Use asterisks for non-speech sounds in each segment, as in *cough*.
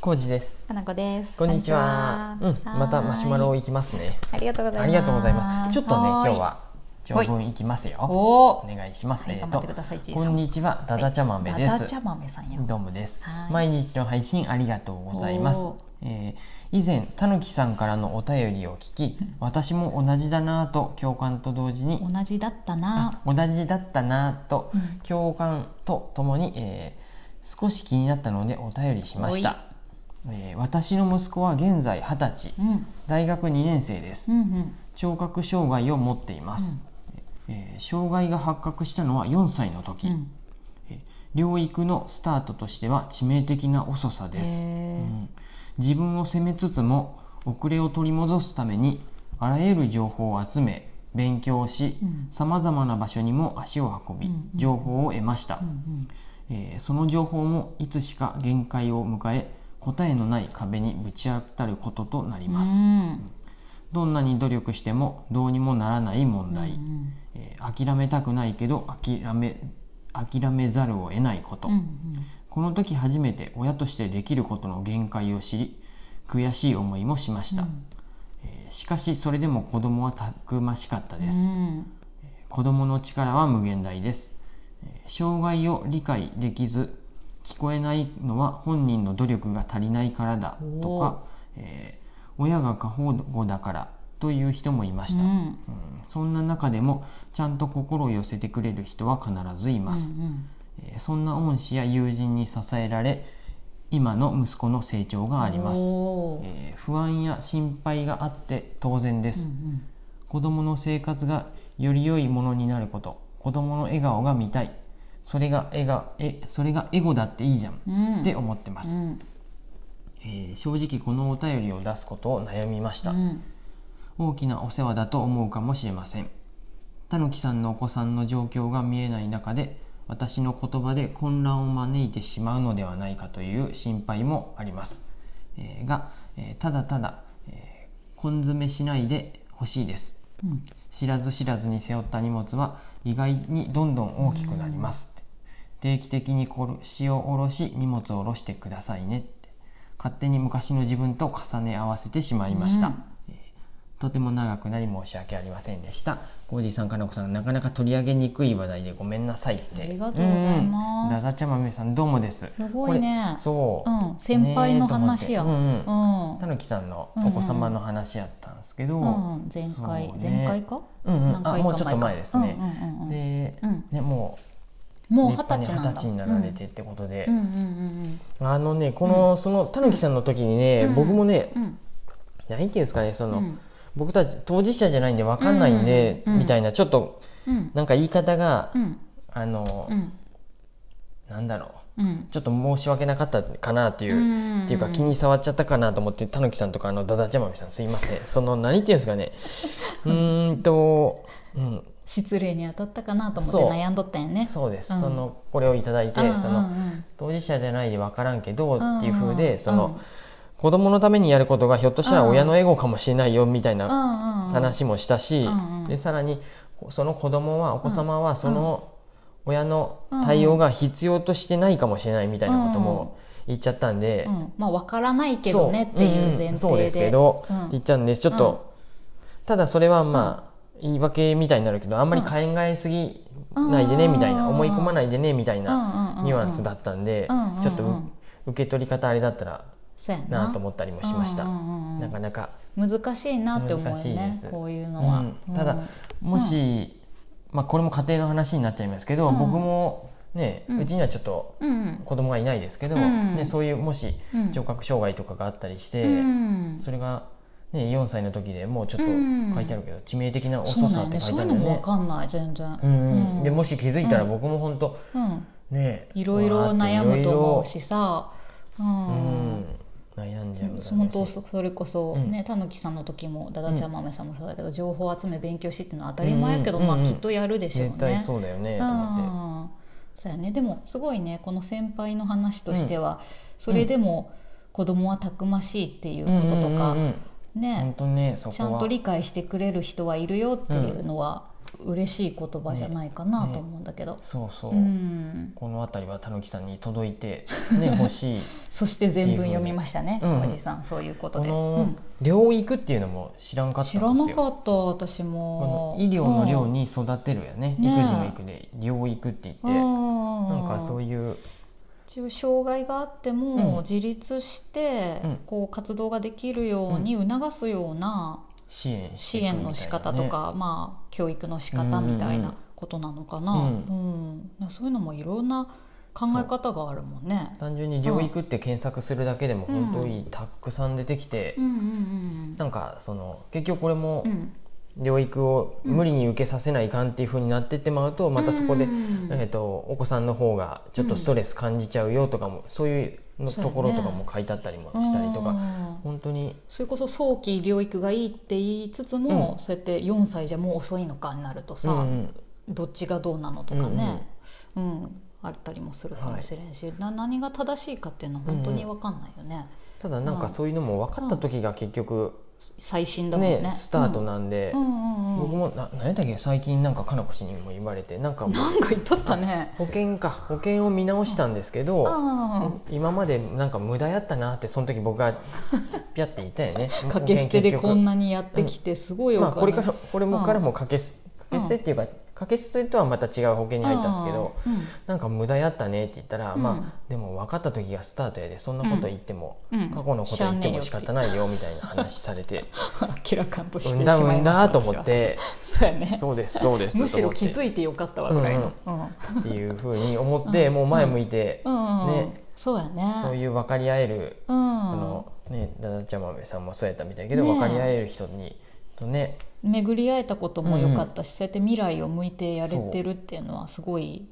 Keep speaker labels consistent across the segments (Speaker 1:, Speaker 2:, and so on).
Speaker 1: コージです。
Speaker 2: かなこです。
Speaker 1: こんにちは。
Speaker 2: こ
Speaker 1: うん
Speaker 2: に
Speaker 1: ん
Speaker 2: ち、は
Speaker 1: またマシュマロ
Speaker 2: はーい
Speaker 1: 行きますね。
Speaker 2: ありがとうございます。
Speaker 1: ありがとうございます。ちょっとね、今
Speaker 2: ーい
Speaker 1: 日は長文行きますよ。
Speaker 2: お
Speaker 1: お
Speaker 2: お、
Speaker 1: 願いします。
Speaker 2: は
Speaker 1: え
Speaker 2: い
Speaker 1: ー
Speaker 2: 頑張
Speaker 1: と
Speaker 2: ってくださいちいさん
Speaker 1: こんにちは、ダダチャマメで
Speaker 2: ダ
Speaker 1: す
Speaker 2: ダ。チャマメさんや。
Speaker 1: どうもです
Speaker 2: は。い
Speaker 1: 毎日の配信ありがとうございます
Speaker 2: おー。
Speaker 1: えー以前たぬきさんからのお便りを聞き、私も同じだなぁと共感と同時に、
Speaker 2: 同じだった
Speaker 1: あ
Speaker 2: な。
Speaker 1: 同じだったなぁと
Speaker 2: うん
Speaker 1: 共感とともに、えー少し気になったのでお便りしました、えー私の息子は現在二十歳
Speaker 2: うん、うん
Speaker 1: 大学2年生です
Speaker 2: うん、
Speaker 1: 聴覚障害を持っています、えー障害が発覚したのは4歳の時、
Speaker 2: うん、
Speaker 1: 療育のスタートとしては致命的な遅さです、
Speaker 2: へー
Speaker 1: うん自分を責めつつも遅れを取り戻すためにあらゆる情報を集め勉強し
Speaker 2: うん
Speaker 1: さまざまな場所にも足を運び
Speaker 2: うんうん
Speaker 1: 情報を得ました、
Speaker 2: うん
Speaker 1: えーその情報もいつしか限界を迎え答えのない壁にぶち当たることとなり
Speaker 2: うん、
Speaker 1: ます、
Speaker 2: うん
Speaker 1: どんなに努力してもどうにもならない問題、
Speaker 2: うん
Speaker 1: えー諦めたくないけど諦め諦めざるを得ないこと、
Speaker 2: うん、うん
Speaker 1: この時初めて親としてできることの限界を知り悔しい思いもしました、えーしかしそれでも子供はたくましかった
Speaker 2: うん、
Speaker 1: です、
Speaker 2: うん
Speaker 1: 子供の力は無限大ですえー障害を理解できず聞こえないのは本人の努力が足りないからだとか、えー親が過保護だからという人もいました、
Speaker 2: う
Speaker 1: うん
Speaker 2: ん
Speaker 1: そんな中でもちゃんと心を寄せてくれる人は必ずいます、
Speaker 2: うん
Speaker 1: えーそんな恩師や友人に支えられ今の息子の成長
Speaker 2: うん、
Speaker 1: があります、
Speaker 2: おー
Speaker 1: えー不安や心配があって当然です、
Speaker 2: うん
Speaker 1: 子どもの生活がより良いものになること子どもの笑顔が見たいそれが笑顔えそれがエゴだっていいじゃん、
Speaker 2: うん、うん
Speaker 1: って思ってます、
Speaker 2: うん
Speaker 1: えー正直このお便りを出すことを悩みました、
Speaker 2: うん
Speaker 1: 大きなお世話だと思うかもしれませんたぬきさんのお子さんの状況が見えない中で私の言葉で混乱を招いてしまうのではないかという心配もあります、えーが、えーただただ、えー根詰めしないでほしいです
Speaker 2: うん
Speaker 1: 知らず知らずに背負った荷物は意外にどんどん大きくなりますって定期的に腰を下ろし荷物を下ろしてくださいねって勝手に昔の自分と重ね合わせてしまいました、
Speaker 2: うん
Speaker 1: えーとても長くなり申し訳ありませんでしたコージーさんかなこさんなかなか取り上げにくい話題でごめんなさいって
Speaker 2: ありがとうございます
Speaker 1: うんダダちゃまめさんどうもです
Speaker 2: すごいね
Speaker 1: これそう、
Speaker 2: うん先輩の話や
Speaker 1: ねえと思ってうんうん
Speaker 2: うん
Speaker 1: たぬきさんのお子様の話やったんですけど、
Speaker 2: うん前回、
Speaker 1: そうね
Speaker 2: 前回か
Speaker 1: うんうん、
Speaker 2: 何
Speaker 1: あ
Speaker 2: 回か前か
Speaker 1: もうちょっと前ですね
Speaker 2: う。んうんうんうん
Speaker 1: で、
Speaker 2: うん
Speaker 1: ね、もう
Speaker 2: もう二
Speaker 1: 立
Speaker 2: 十
Speaker 1: 派に
Speaker 2: 歳なんだ
Speaker 1: 二十歳になられてってことで
Speaker 2: うん、うんうん
Speaker 1: あのねこの、そのたぬきさんの時にね、
Speaker 2: うん
Speaker 1: 僕もね
Speaker 2: うんうん
Speaker 1: 何ていうんですかねその、
Speaker 2: うん
Speaker 1: 僕たち当事者じゃないんで分かんないんで、
Speaker 2: うんうん
Speaker 1: みたいなちょっと
Speaker 2: うん
Speaker 1: なんか言い方が、
Speaker 2: うん
Speaker 1: あの、
Speaker 2: うん
Speaker 1: なんだろ
Speaker 2: うん
Speaker 1: うちょっと申し訳なかったかなっていう。
Speaker 2: うん
Speaker 1: っていうか気に障っちゃったかなと思ってたぬきさんとかあのダダちゃまみさんすいませんその何ていうんですか
Speaker 2: *laughs*
Speaker 1: ねうーんと、うん、
Speaker 2: 失礼に当たったかなと思って
Speaker 1: そう
Speaker 2: 悩んどったよね
Speaker 1: そうです、
Speaker 2: うん
Speaker 1: そのこれをいただいて、
Speaker 2: うんうんうん
Speaker 1: その当事者じゃないで分からんけどっていう風で、
Speaker 2: ん
Speaker 1: その子供のためにやることがひょっとしたら親のエゴかもしれないよみたい
Speaker 2: うん
Speaker 1: な
Speaker 2: うんうん
Speaker 1: 話もしたし、
Speaker 2: うんうん
Speaker 1: でさらにその子供はお子様はその親の対応が必要としてないかもしれないみたいなことも言っちゃったんで、
Speaker 2: うんまあわからないけどねっていう前提で、
Speaker 1: んんそうですけど、
Speaker 2: うん
Speaker 1: 言っちゃうんでちょっと、ただそれはまあ、言い訳みたいになるけどあんまり
Speaker 2: うん
Speaker 1: 考えすぎないでねみたいな、
Speaker 2: うん
Speaker 1: 思い込まないでねみたいな。ニュアンス
Speaker 2: っ
Speaker 1: だったんで、
Speaker 2: うんうんうん
Speaker 1: ちょっとう受け取り方あれだったらなと思ったりもしました、なかなか、
Speaker 2: 難しいなって思うよ
Speaker 1: 難しいで
Speaker 2: ね
Speaker 1: す
Speaker 2: こういうのは、
Speaker 1: うん
Speaker 2: うん
Speaker 1: ただもし、まあ、これも家庭の話になっちゃいますけど、
Speaker 2: うん
Speaker 1: 僕もね、う
Speaker 2: うん
Speaker 1: ちにはちょっと
Speaker 2: うんうん
Speaker 1: 子供がいないですけど、
Speaker 2: うん
Speaker 1: ね、そういうもし
Speaker 2: うん
Speaker 1: 聴覚障害とかがあったりして、
Speaker 2: うん
Speaker 1: それが、ね、4歳の時でもうちょっと
Speaker 2: うん
Speaker 1: 書いてあるけど、致命的な
Speaker 2: そ
Speaker 1: 遅
Speaker 2: うな
Speaker 1: さ
Speaker 2: ん
Speaker 1: っ
Speaker 2: よ
Speaker 1: て
Speaker 2: ね
Speaker 1: 書
Speaker 2: そ
Speaker 1: いうてあ
Speaker 2: いう
Speaker 1: る
Speaker 2: の
Speaker 1: よ
Speaker 2: もわ
Speaker 1: ね。
Speaker 2: かんない全然、
Speaker 1: うん
Speaker 2: うん
Speaker 1: でもし気づいたら
Speaker 2: うん
Speaker 1: 僕も本当、
Speaker 2: うん
Speaker 1: ね
Speaker 2: いろいろ悩むと思うしさう
Speaker 1: いろいろうん、悩んじゃうだろうし
Speaker 2: 本当そそれこそ、
Speaker 1: うん
Speaker 2: ねたぬきさんの時もだだちゃんまめさんもそうだけど、情報集め勉強しっていうのは当たり
Speaker 1: うん
Speaker 2: 前やけど、
Speaker 1: うん
Speaker 2: まあ、
Speaker 1: うん
Speaker 2: きっとやるでしょうね。
Speaker 1: 絶対そうだよね、
Speaker 2: う
Speaker 1: と思って。
Speaker 2: んそうやねでもすごいねこの先輩の話としては、それでも子供はたくましいっていうこととか、
Speaker 1: うんうんうん本
Speaker 2: ね
Speaker 1: 当ねそこは
Speaker 2: ちゃんと理解してくれる人はいるよっていうのは、嬉しい言葉じゃないかなと思うんだけど。
Speaker 1: そうそう、
Speaker 2: うん *laughs*
Speaker 1: この辺りはたぬきさんに届いて、ね、欲しい
Speaker 2: そして全文読みましたね、
Speaker 1: うん
Speaker 2: おじさんそういうこと
Speaker 1: こ
Speaker 2: で、う
Speaker 1: の
Speaker 2: ん
Speaker 1: 療育っていうのも知らんかったんです
Speaker 2: 知
Speaker 1: よ
Speaker 2: らなかった私
Speaker 1: こ
Speaker 2: も
Speaker 1: の医療の
Speaker 2: 量
Speaker 1: 量に育てるやね、
Speaker 2: うん
Speaker 1: 育児の育で療育って言って、なんかそういう
Speaker 2: 一応障害があっても、
Speaker 1: うん
Speaker 2: 自立して、
Speaker 1: うん
Speaker 2: こう活動ができるように促すような
Speaker 1: 支援して
Speaker 2: 支
Speaker 1: いくみたいなね
Speaker 2: 援の仕方とか、まあ、教育の仕方みたい
Speaker 1: うん
Speaker 2: なことなのかな、
Speaker 1: う
Speaker 2: うんんそういうのもいろんな考え方があるもんね。
Speaker 1: 単純に療育って検索するだけでも本当にたくさん出てきて、
Speaker 2: うんうん
Speaker 1: なんかその結局これも
Speaker 2: うんうん
Speaker 1: 療育を無理に受けさせないかんっていうふうになってってまうと、またそこで、
Speaker 2: うん
Speaker 1: えー、とお子さんの方がちょっとストレス感じちゃうよとかも、そういうの
Speaker 2: そう
Speaker 1: と
Speaker 2: やね
Speaker 1: ころとかも書いてあったりもしたりとか、
Speaker 2: うん
Speaker 1: 本当に
Speaker 2: それこそ早期療育がいいって言いつつも、
Speaker 1: うん
Speaker 2: そうやって4歳じゃもう遅いのかになるとさ、
Speaker 1: うんうん
Speaker 2: どっちがどうなのとかね、うんあったりもするかもしれんし、な何が正しいかっていうのは本当に分かんないよね、
Speaker 1: ただなんかそういうのも分かった時が結局、
Speaker 2: 最新だもんね
Speaker 1: ねスタートなんで、
Speaker 2: うんうんうん
Speaker 1: 僕
Speaker 2: うん
Speaker 1: もな何やったっけ最近なんかかなこ氏にも言われてなんかもう
Speaker 2: なんか言っとったね
Speaker 1: 保険か保険を見直したんですけど、
Speaker 2: あ
Speaker 1: 今までなんか無駄やったなってその時僕がピャって言ったよ
Speaker 2: *laughs*
Speaker 1: ね
Speaker 2: あ掛け捨てでこん
Speaker 1: な
Speaker 2: なにやってきてすごいお
Speaker 1: ま
Speaker 2: 金、
Speaker 1: あこれからこれも
Speaker 2: うん
Speaker 1: からも掛けす掛け捨てっていうか掛け捨てとはまた違う保険に入ったんですけど、なんか無駄やったねって言ったら、
Speaker 2: うん
Speaker 1: まあでも分かった時がスタートやでそんなこと言っても、
Speaker 2: うんうん
Speaker 1: 過去のこと言っても仕方
Speaker 2: ない
Speaker 1: ないよみたいな話されて
Speaker 2: 明らかんと *laughs* してし
Speaker 1: うん
Speaker 2: まいま
Speaker 1: だ
Speaker 2: す
Speaker 1: うんだと思
Speaker 2: *laughs*
Speaker 1: って
Speaker 2: 私はそうやね
Speaker 1: そうですそうです
Speaker 2: むしろ気づ
Speaker 1: い
Speaker 2: いてよかったわぐらいの、うん
Speaker 1: っていうふうに思って、
Speaker 2: うん
Speaker 1: もう前向いて、
Speaker 2: うん
Speaker 1: ね
Speaker 2: そうやね
Speaker 1: そういう分かり合える
Speaker 2: うん
Speaker 1: あのねダダちゃまめさんもそうやったみたいやけど、分かり合える人にとね
Speaker 2: 巡り合えたことも良かったし、そうやって未来を向いてやれてるっていうのはすごい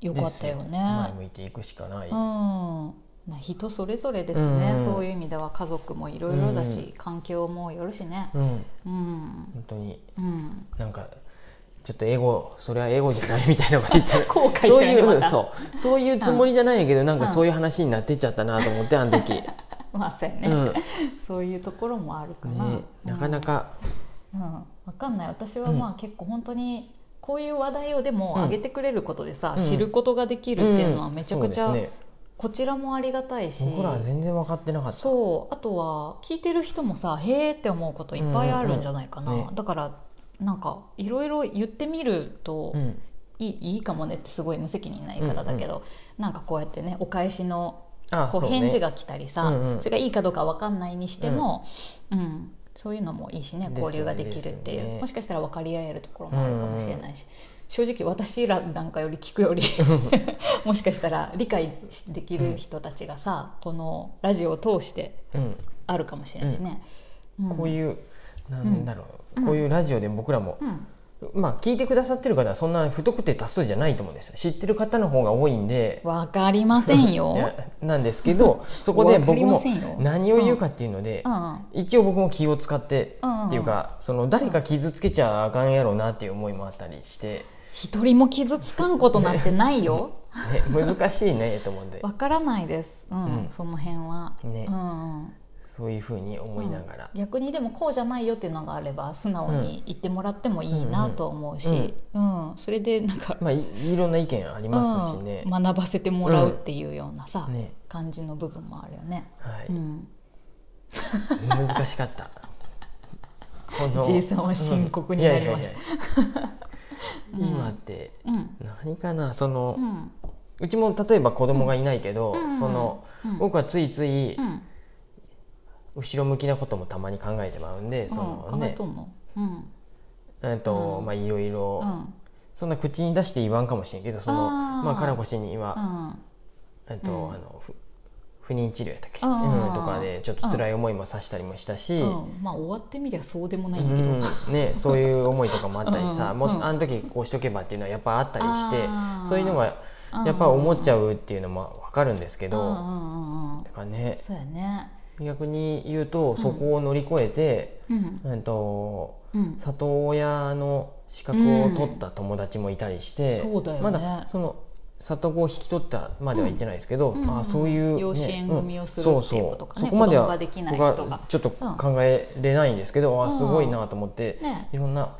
Speaker 2: 良かったよ
Speaker 1: です
Speaker 2: ね。
Speaker 1: 前向いていくしかない、
Speaker 2: うんな人それぞれですね、
Speaker 1: うん
Speaker 2: そういう意味では家族もいろいろだし、
Speaker 1: う
Speaker 2: 環境もよるしね
Speaker 1: うん、
Speaker 2: うん、
Speaker 1: 本当に
Speaker 2: うん、
Speaker 1: なんかちょっと英語それは英語じゃないみたいなこと言って
Speaker 2: *laughs* 後悔し
Speaker 1: そう
Speaker 2: て
Speaker 1: い
Speaker 2: る
Speaker 1: う
Speaker 2: また
Speaker 1: そうそういうつもりじゃないけど、なんか
Speaker 2: うん
Speaker 1: そういう話になってっちゃったなと思ってあの
Speaker 2: *laughs*
Speaker 1: 時、
Speaker 2: まあそうやね、
Speaker 1: うん
Speaker 2: そういうところもあるかな、
Speaker 1: ね、なかなか、
Speaker 2: うん、うんわかんない私はまあ結構本当にこういう話題をでも上げてくれることでさ、
Speaker 1: うん
Speaker 2: 知ることができるっていうのは
Speaker 1: ん
Speaker 2: めちゃくちゃ、
Speaker 1: そうですね
Speaker 2: こちらもありがたいし
Speaker 1: 僕らは全然分かってなかった
Speaker 2: そうあとは聞いてる人もさ「へえ」って思うこといっぱいあるんじゃないかな、
Speaker 1: うんうんうんね
Speaker 2: だからなんかいろいろ言ってみると
Speaker 1: うん
Speaker 2: いい,、いいかもねってすごい無責任な言い方だけど、なんかこうやってねお返しの
Speaker 1: あ
Speaker 2: こう
Speaker 1: そうね
Speaker 2: 返事が来たりさ
Speaker 1: うんうん
Speaker 2: それがいいかどうかわかんないにしても、うんそういうのもいいしね交流ができるってい
Speaker 1: です
Speaker 2: う、
Speaker 1: よね
Speaker 2: もしかしたら分かり合えるところもあるかもしれないし、正直私らなんかより聞く
Speaker 1: *laughs*
Speaker 2: よりもしかしたら理解できる人たちがさ、このラジオを通して
Speaker 1: うん、
Speaker 2: あるかもしれないしね、ん
Speaker 1: こういうなんだろう、
Speaker 2: うん
Speaker 1: こういうラジオで僕らも、
Speaker 2: うん
Speaker 1: まあ聞いてくださってる方はそんな不特定多数じゃないと思うんですよ知ってる方の方が多いんで
Speaker 2: わかりません
Speaker 1: *laughs* い
Speaker 2: よ。
Speaker 1: やなんですけどそこで
Speaker 2: わか
Speaker 1: 僕
Speaker 2: りま
Speaker 1: も
Speaker 2: せんよ
Speaker 1: 何を言うかっていうので、
Speaker 2: うん
Speaker 1: 一応僕も気を使って
Speaker 2: うん
Speaker 1: っていうか、その誰か傷つけちゃあかんやろうなっていう思いもあったりして、
Speaker 2: 一人も傷つかんことなんてないよ。 *laughs*
Speaker 1: ね、難しいねと *laughs* 思うんで
Speaker 2: わからないです。うん、
Speaker 1: うん
Speaker 2: その辺は。
Speaker 1: ね
Speaker 2: うんうん
Speaker 1: そういうふうに思いながら、
Speaker 2: 逆にでもこうじゃないよっていうのがあれば素直に言ってもらってもいいなと思うし、うん、それでなんか
Speaker 1: まあいいろんな意見ありますしね、
Speaker 2: うん学ばせてもらうっていうようなさ、
Speaker 1: ね
Speaker 2: 感じの部分もあるよね。
Speaker 1: はい、
Speaker 2: うん、
Speaker 1: 難しかった。この
Speaker 2: じいさんは深刻になりました
Speaker 1: うんいやいやいや今って
Speaker 2: うん、
Speaker 1: 何かなその、
Speaker 2: う、
Speaker 1: うんちも例えば子供がいないけど、
Speaker 2: うん
Speaker 1: その、
Speaker 2: うん
Speaker 1: 僕はついつい
Speaker 2: うん、
Speaker 1: 後ろ向きなこともたまに考えてまうんで、その
Speaker 2: うん、考え
Speaker 1: ね
Speaker 2: とんの、うん、
Speaker 1: えっと、
Speaker 2: うん
Speaker 1: まあいろいろ、
Speaker 2: うん、
Speaker 1: そんな口に出して言わんかもしれんけどその
Speaker 2: あー
Speaker 1: まあかなこ氏に
Speaker 2: う
Speaker 1: は、
Speaker 2: ん、
Speaker 1: えっと、
Speaker 2: うん
Speaker 1: あのふ不妊治療やったっけ、
Speaker 2: あ
Speaker 1: うん
Speaker 2: ー、
Speaker 1: とかでちょっと辛い思いもさしたりもしたし、
Speaker 2: うん、まあ終わってみりゃそうでもないんだけど、
Speaker 1: うん、ね、そういう思いとかもあったりさ、
Speaker 2: うん
Speaker 1: もう
Speaker 2: うん
Speaker 1: あの時こうしとけばっていうのはやっぱあったりして
Speaker 2: あー
Speaker 1: そういうのがやっぱ思っちゃうっていうのも分かるんですけ
Speaker 2: うんうん
Speaker 1: ど、
Speaker 2: うんうん
Speaker 1: だからね
Speaker 2: そうやね
Speaker 1: 逆に言うと
Speaker 2: ん
Speaker 1: そこを乗り越えて、
Speaker 2: うん
Speaker 1: えっと、
Speaker 2: うん
Speaker 1: 里親の資格を取った友達もいたりして、
Speaker 2: うんそうだよね
Speaker 1: まだその里子を引き取ったまでは言ってないですけど、
Speaker 2: うんうん
Speaker 1: あーそういう、
Speaker 2: 養子縁組をする
Speaker 1: ん
Speaker 2: っていうこと
Speaker 1: そう
Speaker 2: かね
Speaker 1: そうそこまでは
Speaker 2: 子供ができない
Speaker 1: 僕は
Speaker 2: 人が
Speaker 1: ちょっと考えれないんですけど、あーすごいなと思って。
Speaker 2: ね
Speaker 1: いろんな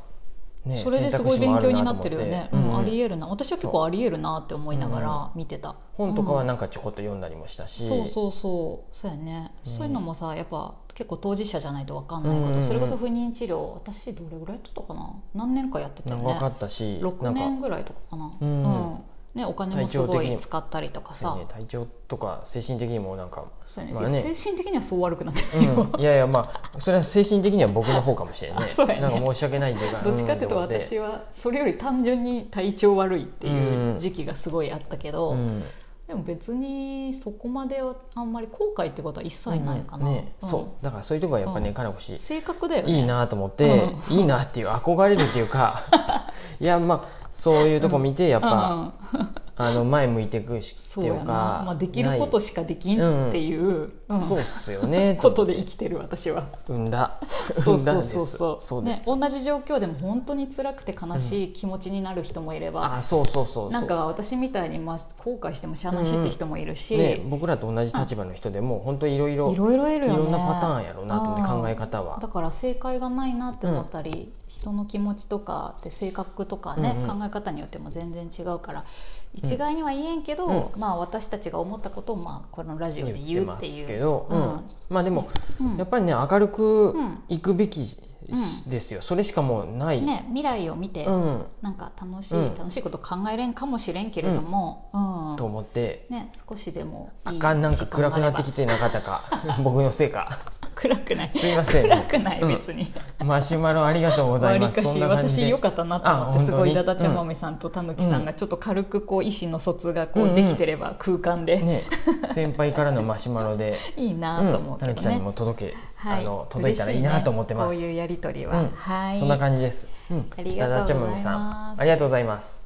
Speaker 1: ね、
Speaker 2: それですご
Speaker 1: 選択
Speaker 2: い勉
Speaker 1: 肢もあ
Speaker 2: 強に
Speaker 1: な
Speaker 2: なってるよね、
Speaker 1: と思って
Speaker 2: うんあり
Speaker 1: うん
Speaker 2: えるな私は結構ありえるなって思いながら見てた、
Speaker 1: 本とかはなんかちょこっと読んだりもしたし、
Speaker 2: そうそうそうそうやね、
Speaker 1: うん
Speaker 2: そういうのもさやっぱ結構当事者じゃないと分かんないこと、
Speaker 1: うんうんうん
Speaker 2: それこそ不妊治療私どれぐらいやってたかな何年かやってたよ
Speaker 1: 分か
Speaker 2: ね
Speaker 1: ったし
Speaker 2: 6
Speaker 1: なんか
Speaker 2: 年ぐらいとかかな
Speaker 1: う
Speaker 2: うんん、ね、お金もす
Speaker 1: 体調
Speaker 2: ご
Speaker 1: 的に
Speaker 2: い
Speaker 1: も
Speaker 2: 使ったりとか
Speaker 1: そう
Speaker 2: さ
Speaker 1: ね体調とか精神的にもなんか、
Speaker 2: そうやね
Speaker 1: まあね
Speaker 2: 精神的にはそう悪くなって
Speaker 1: う
Speaker 2: るよ、
Speaker 1: ん、いやいやまあそれは精神的には僕の方かもしれない、
Speaker 2: あ *laughs* そうやね
Speaker 1: なんか申し訳ないというか
Speaker 2: *laughs* *laughs* どっちかっていうと
Speaker 1: ん思
Speaker 2: 私はそれより単純に体調悪いっていう時期がすごいあったけど、
Speaker 1: うん
Speaker 2: でも別にそこまではあんまり後悔ってことは一切ないかな、
Speaker 1: うんね
Speaker 2: うん
Speaker 1: そうだからそういうとこはやっぱね、
Speaker 2: うん
Speaker 1: かなこ氏
Speaker 2: 性格だよね
Speaker 1: いいなと思って、いいなっていう憧れるっていうか
Speaker 2: *laughs*
Speaker 1: いやまあそういうとこ見てやっぱ、
Speaker 2: うん
Speaker 1: あの前向いていくしっ
Speaker 2: そ
Speaker 1: て
Speaker 2: う
Speaker 1: い
Speaker 2: や
Speaker 1: う
Speaker 2: な、
Speaker 1: か
Speaker 2: まあ、できることしかできんっていう、う
Speaker 1: なんいそうっすよ
Speaker 2: *laughs*
Speaker 1: ね
Speaker 2: ことで生きてる私は
Speaker 1: 産んだ
Speaker 2: *laughs* そう
Speaker 1: 産んだん
Speaker 2: そう
Speaker 1: です
Speaker 2: そうそう
Speaker 1: そうです、
Speaker 2: ね、同じ状況でも本当に辛くて悲しい気持ちになる人もいれば、
Speaker 1: あそうそうそうそう
Speaker 2: なんか私みたいに、まあ、後悔してもしゃあないしって人もいるし、
Speaker 1: ね、僕らと同じ立場の人でも本当いろいろ
Speaker 2: いろいろいるよね
Speaker 1: いろんなパターンやろうなと思って
Speaker 2: うん
Speaker 1: 考え方は
Speaker 2: だから正解がないなって思ったり、人の気持ちとかで性格とかね、
Speaker 1: うんうん
Speaker 2: 考え方によっても全然違うから一概には言えんけど、まあ、私たちが思ったことを、まあ、このラジオで
Speaker 1: 言って
Speaker 2: 言うっ
Speaker 1: ま
Speaker 2: てい
Speaker 1: す
Speaker 2: う。
Speaker 1: けど、うん
Speaker 2: うん
Speaker 1: まあでも、
Speaker 2: うん
Speaker 1: やっぱりね明るく
Speaker 2: うん
Speaker 1: いくべきし
Speaker 2: う
Speaker 1: ですよ、それしかもうない、
Speaker 2: ね、未来を見て、
Speaker 1: うん、
Speaker 2: なんか楽しい、
Speaker 1: うん
Speaker 2: 楽しいこと考えれんかもしれんけれども、うん
Speaker 1: と思って。
Speaker 2: ね、少しでも
Speaker 1: あかんなんか暗くなってきて
Speaker 2: て
Speaker 1: なか *laughs* ったか僕のせいか
Speaker 2: *laughs* 暗くない
Speaker 1: すいません
Speaker 2: 暗くない
Speaker 1: うん
Speaker 2: 別に、
Speaker 1: マシュマロありがとうござ
Speaker 2: わ
Speaker 1: い
Speaker 2: り
Speaker 1: ます
Speaker 2: か
Speaker 1: そん
Speaker 2: し
Speaker 1: な感じ
Speaker 2: 私
Speaker 1: で
Speaker 2: 良かったなと思
Speaker 1: あ
Speaker 2: ってす
Speaker 1: 本当
Speaker 2: ご
Speaker 1: に
Speaker 2: いだだちゃまめさんとたぬきさんがちょっと軽くこう意思の疎通がこ
Speaker 1: うんう
Speaker 2: うんできてれば空間で、
Speaker 1: ね先輩からのマシュマロ
Speaker 2: *laughs*
Speaker 1: で
Speaker 2: いいなと
Speaker 1: う
Speaker 2: 思
Speaker 1: ん
Speaker 2: ったて、
Speaker 1: ぬ
Speaker 2: ね
Speaker 1: きさんにも届け、
Speaker 2: はい
Speaker 1: あの届いたらいい
Speaker 2: 嬉し
Speaker 1: な
Speaker 2: ね
Speaker 1: と思ってます
Speaker 2: こういうやりとり
Speaker 1: う
Speaker 2: は、
Speaker 1: ん
Speaker 2: はい
Speaker 1: そんな感じです。うん
Speaker 2: ありがとう
Speaker 1: ダ
Speaker 2: ございます
Speaker 1: ダチャムミさんありがとうございます。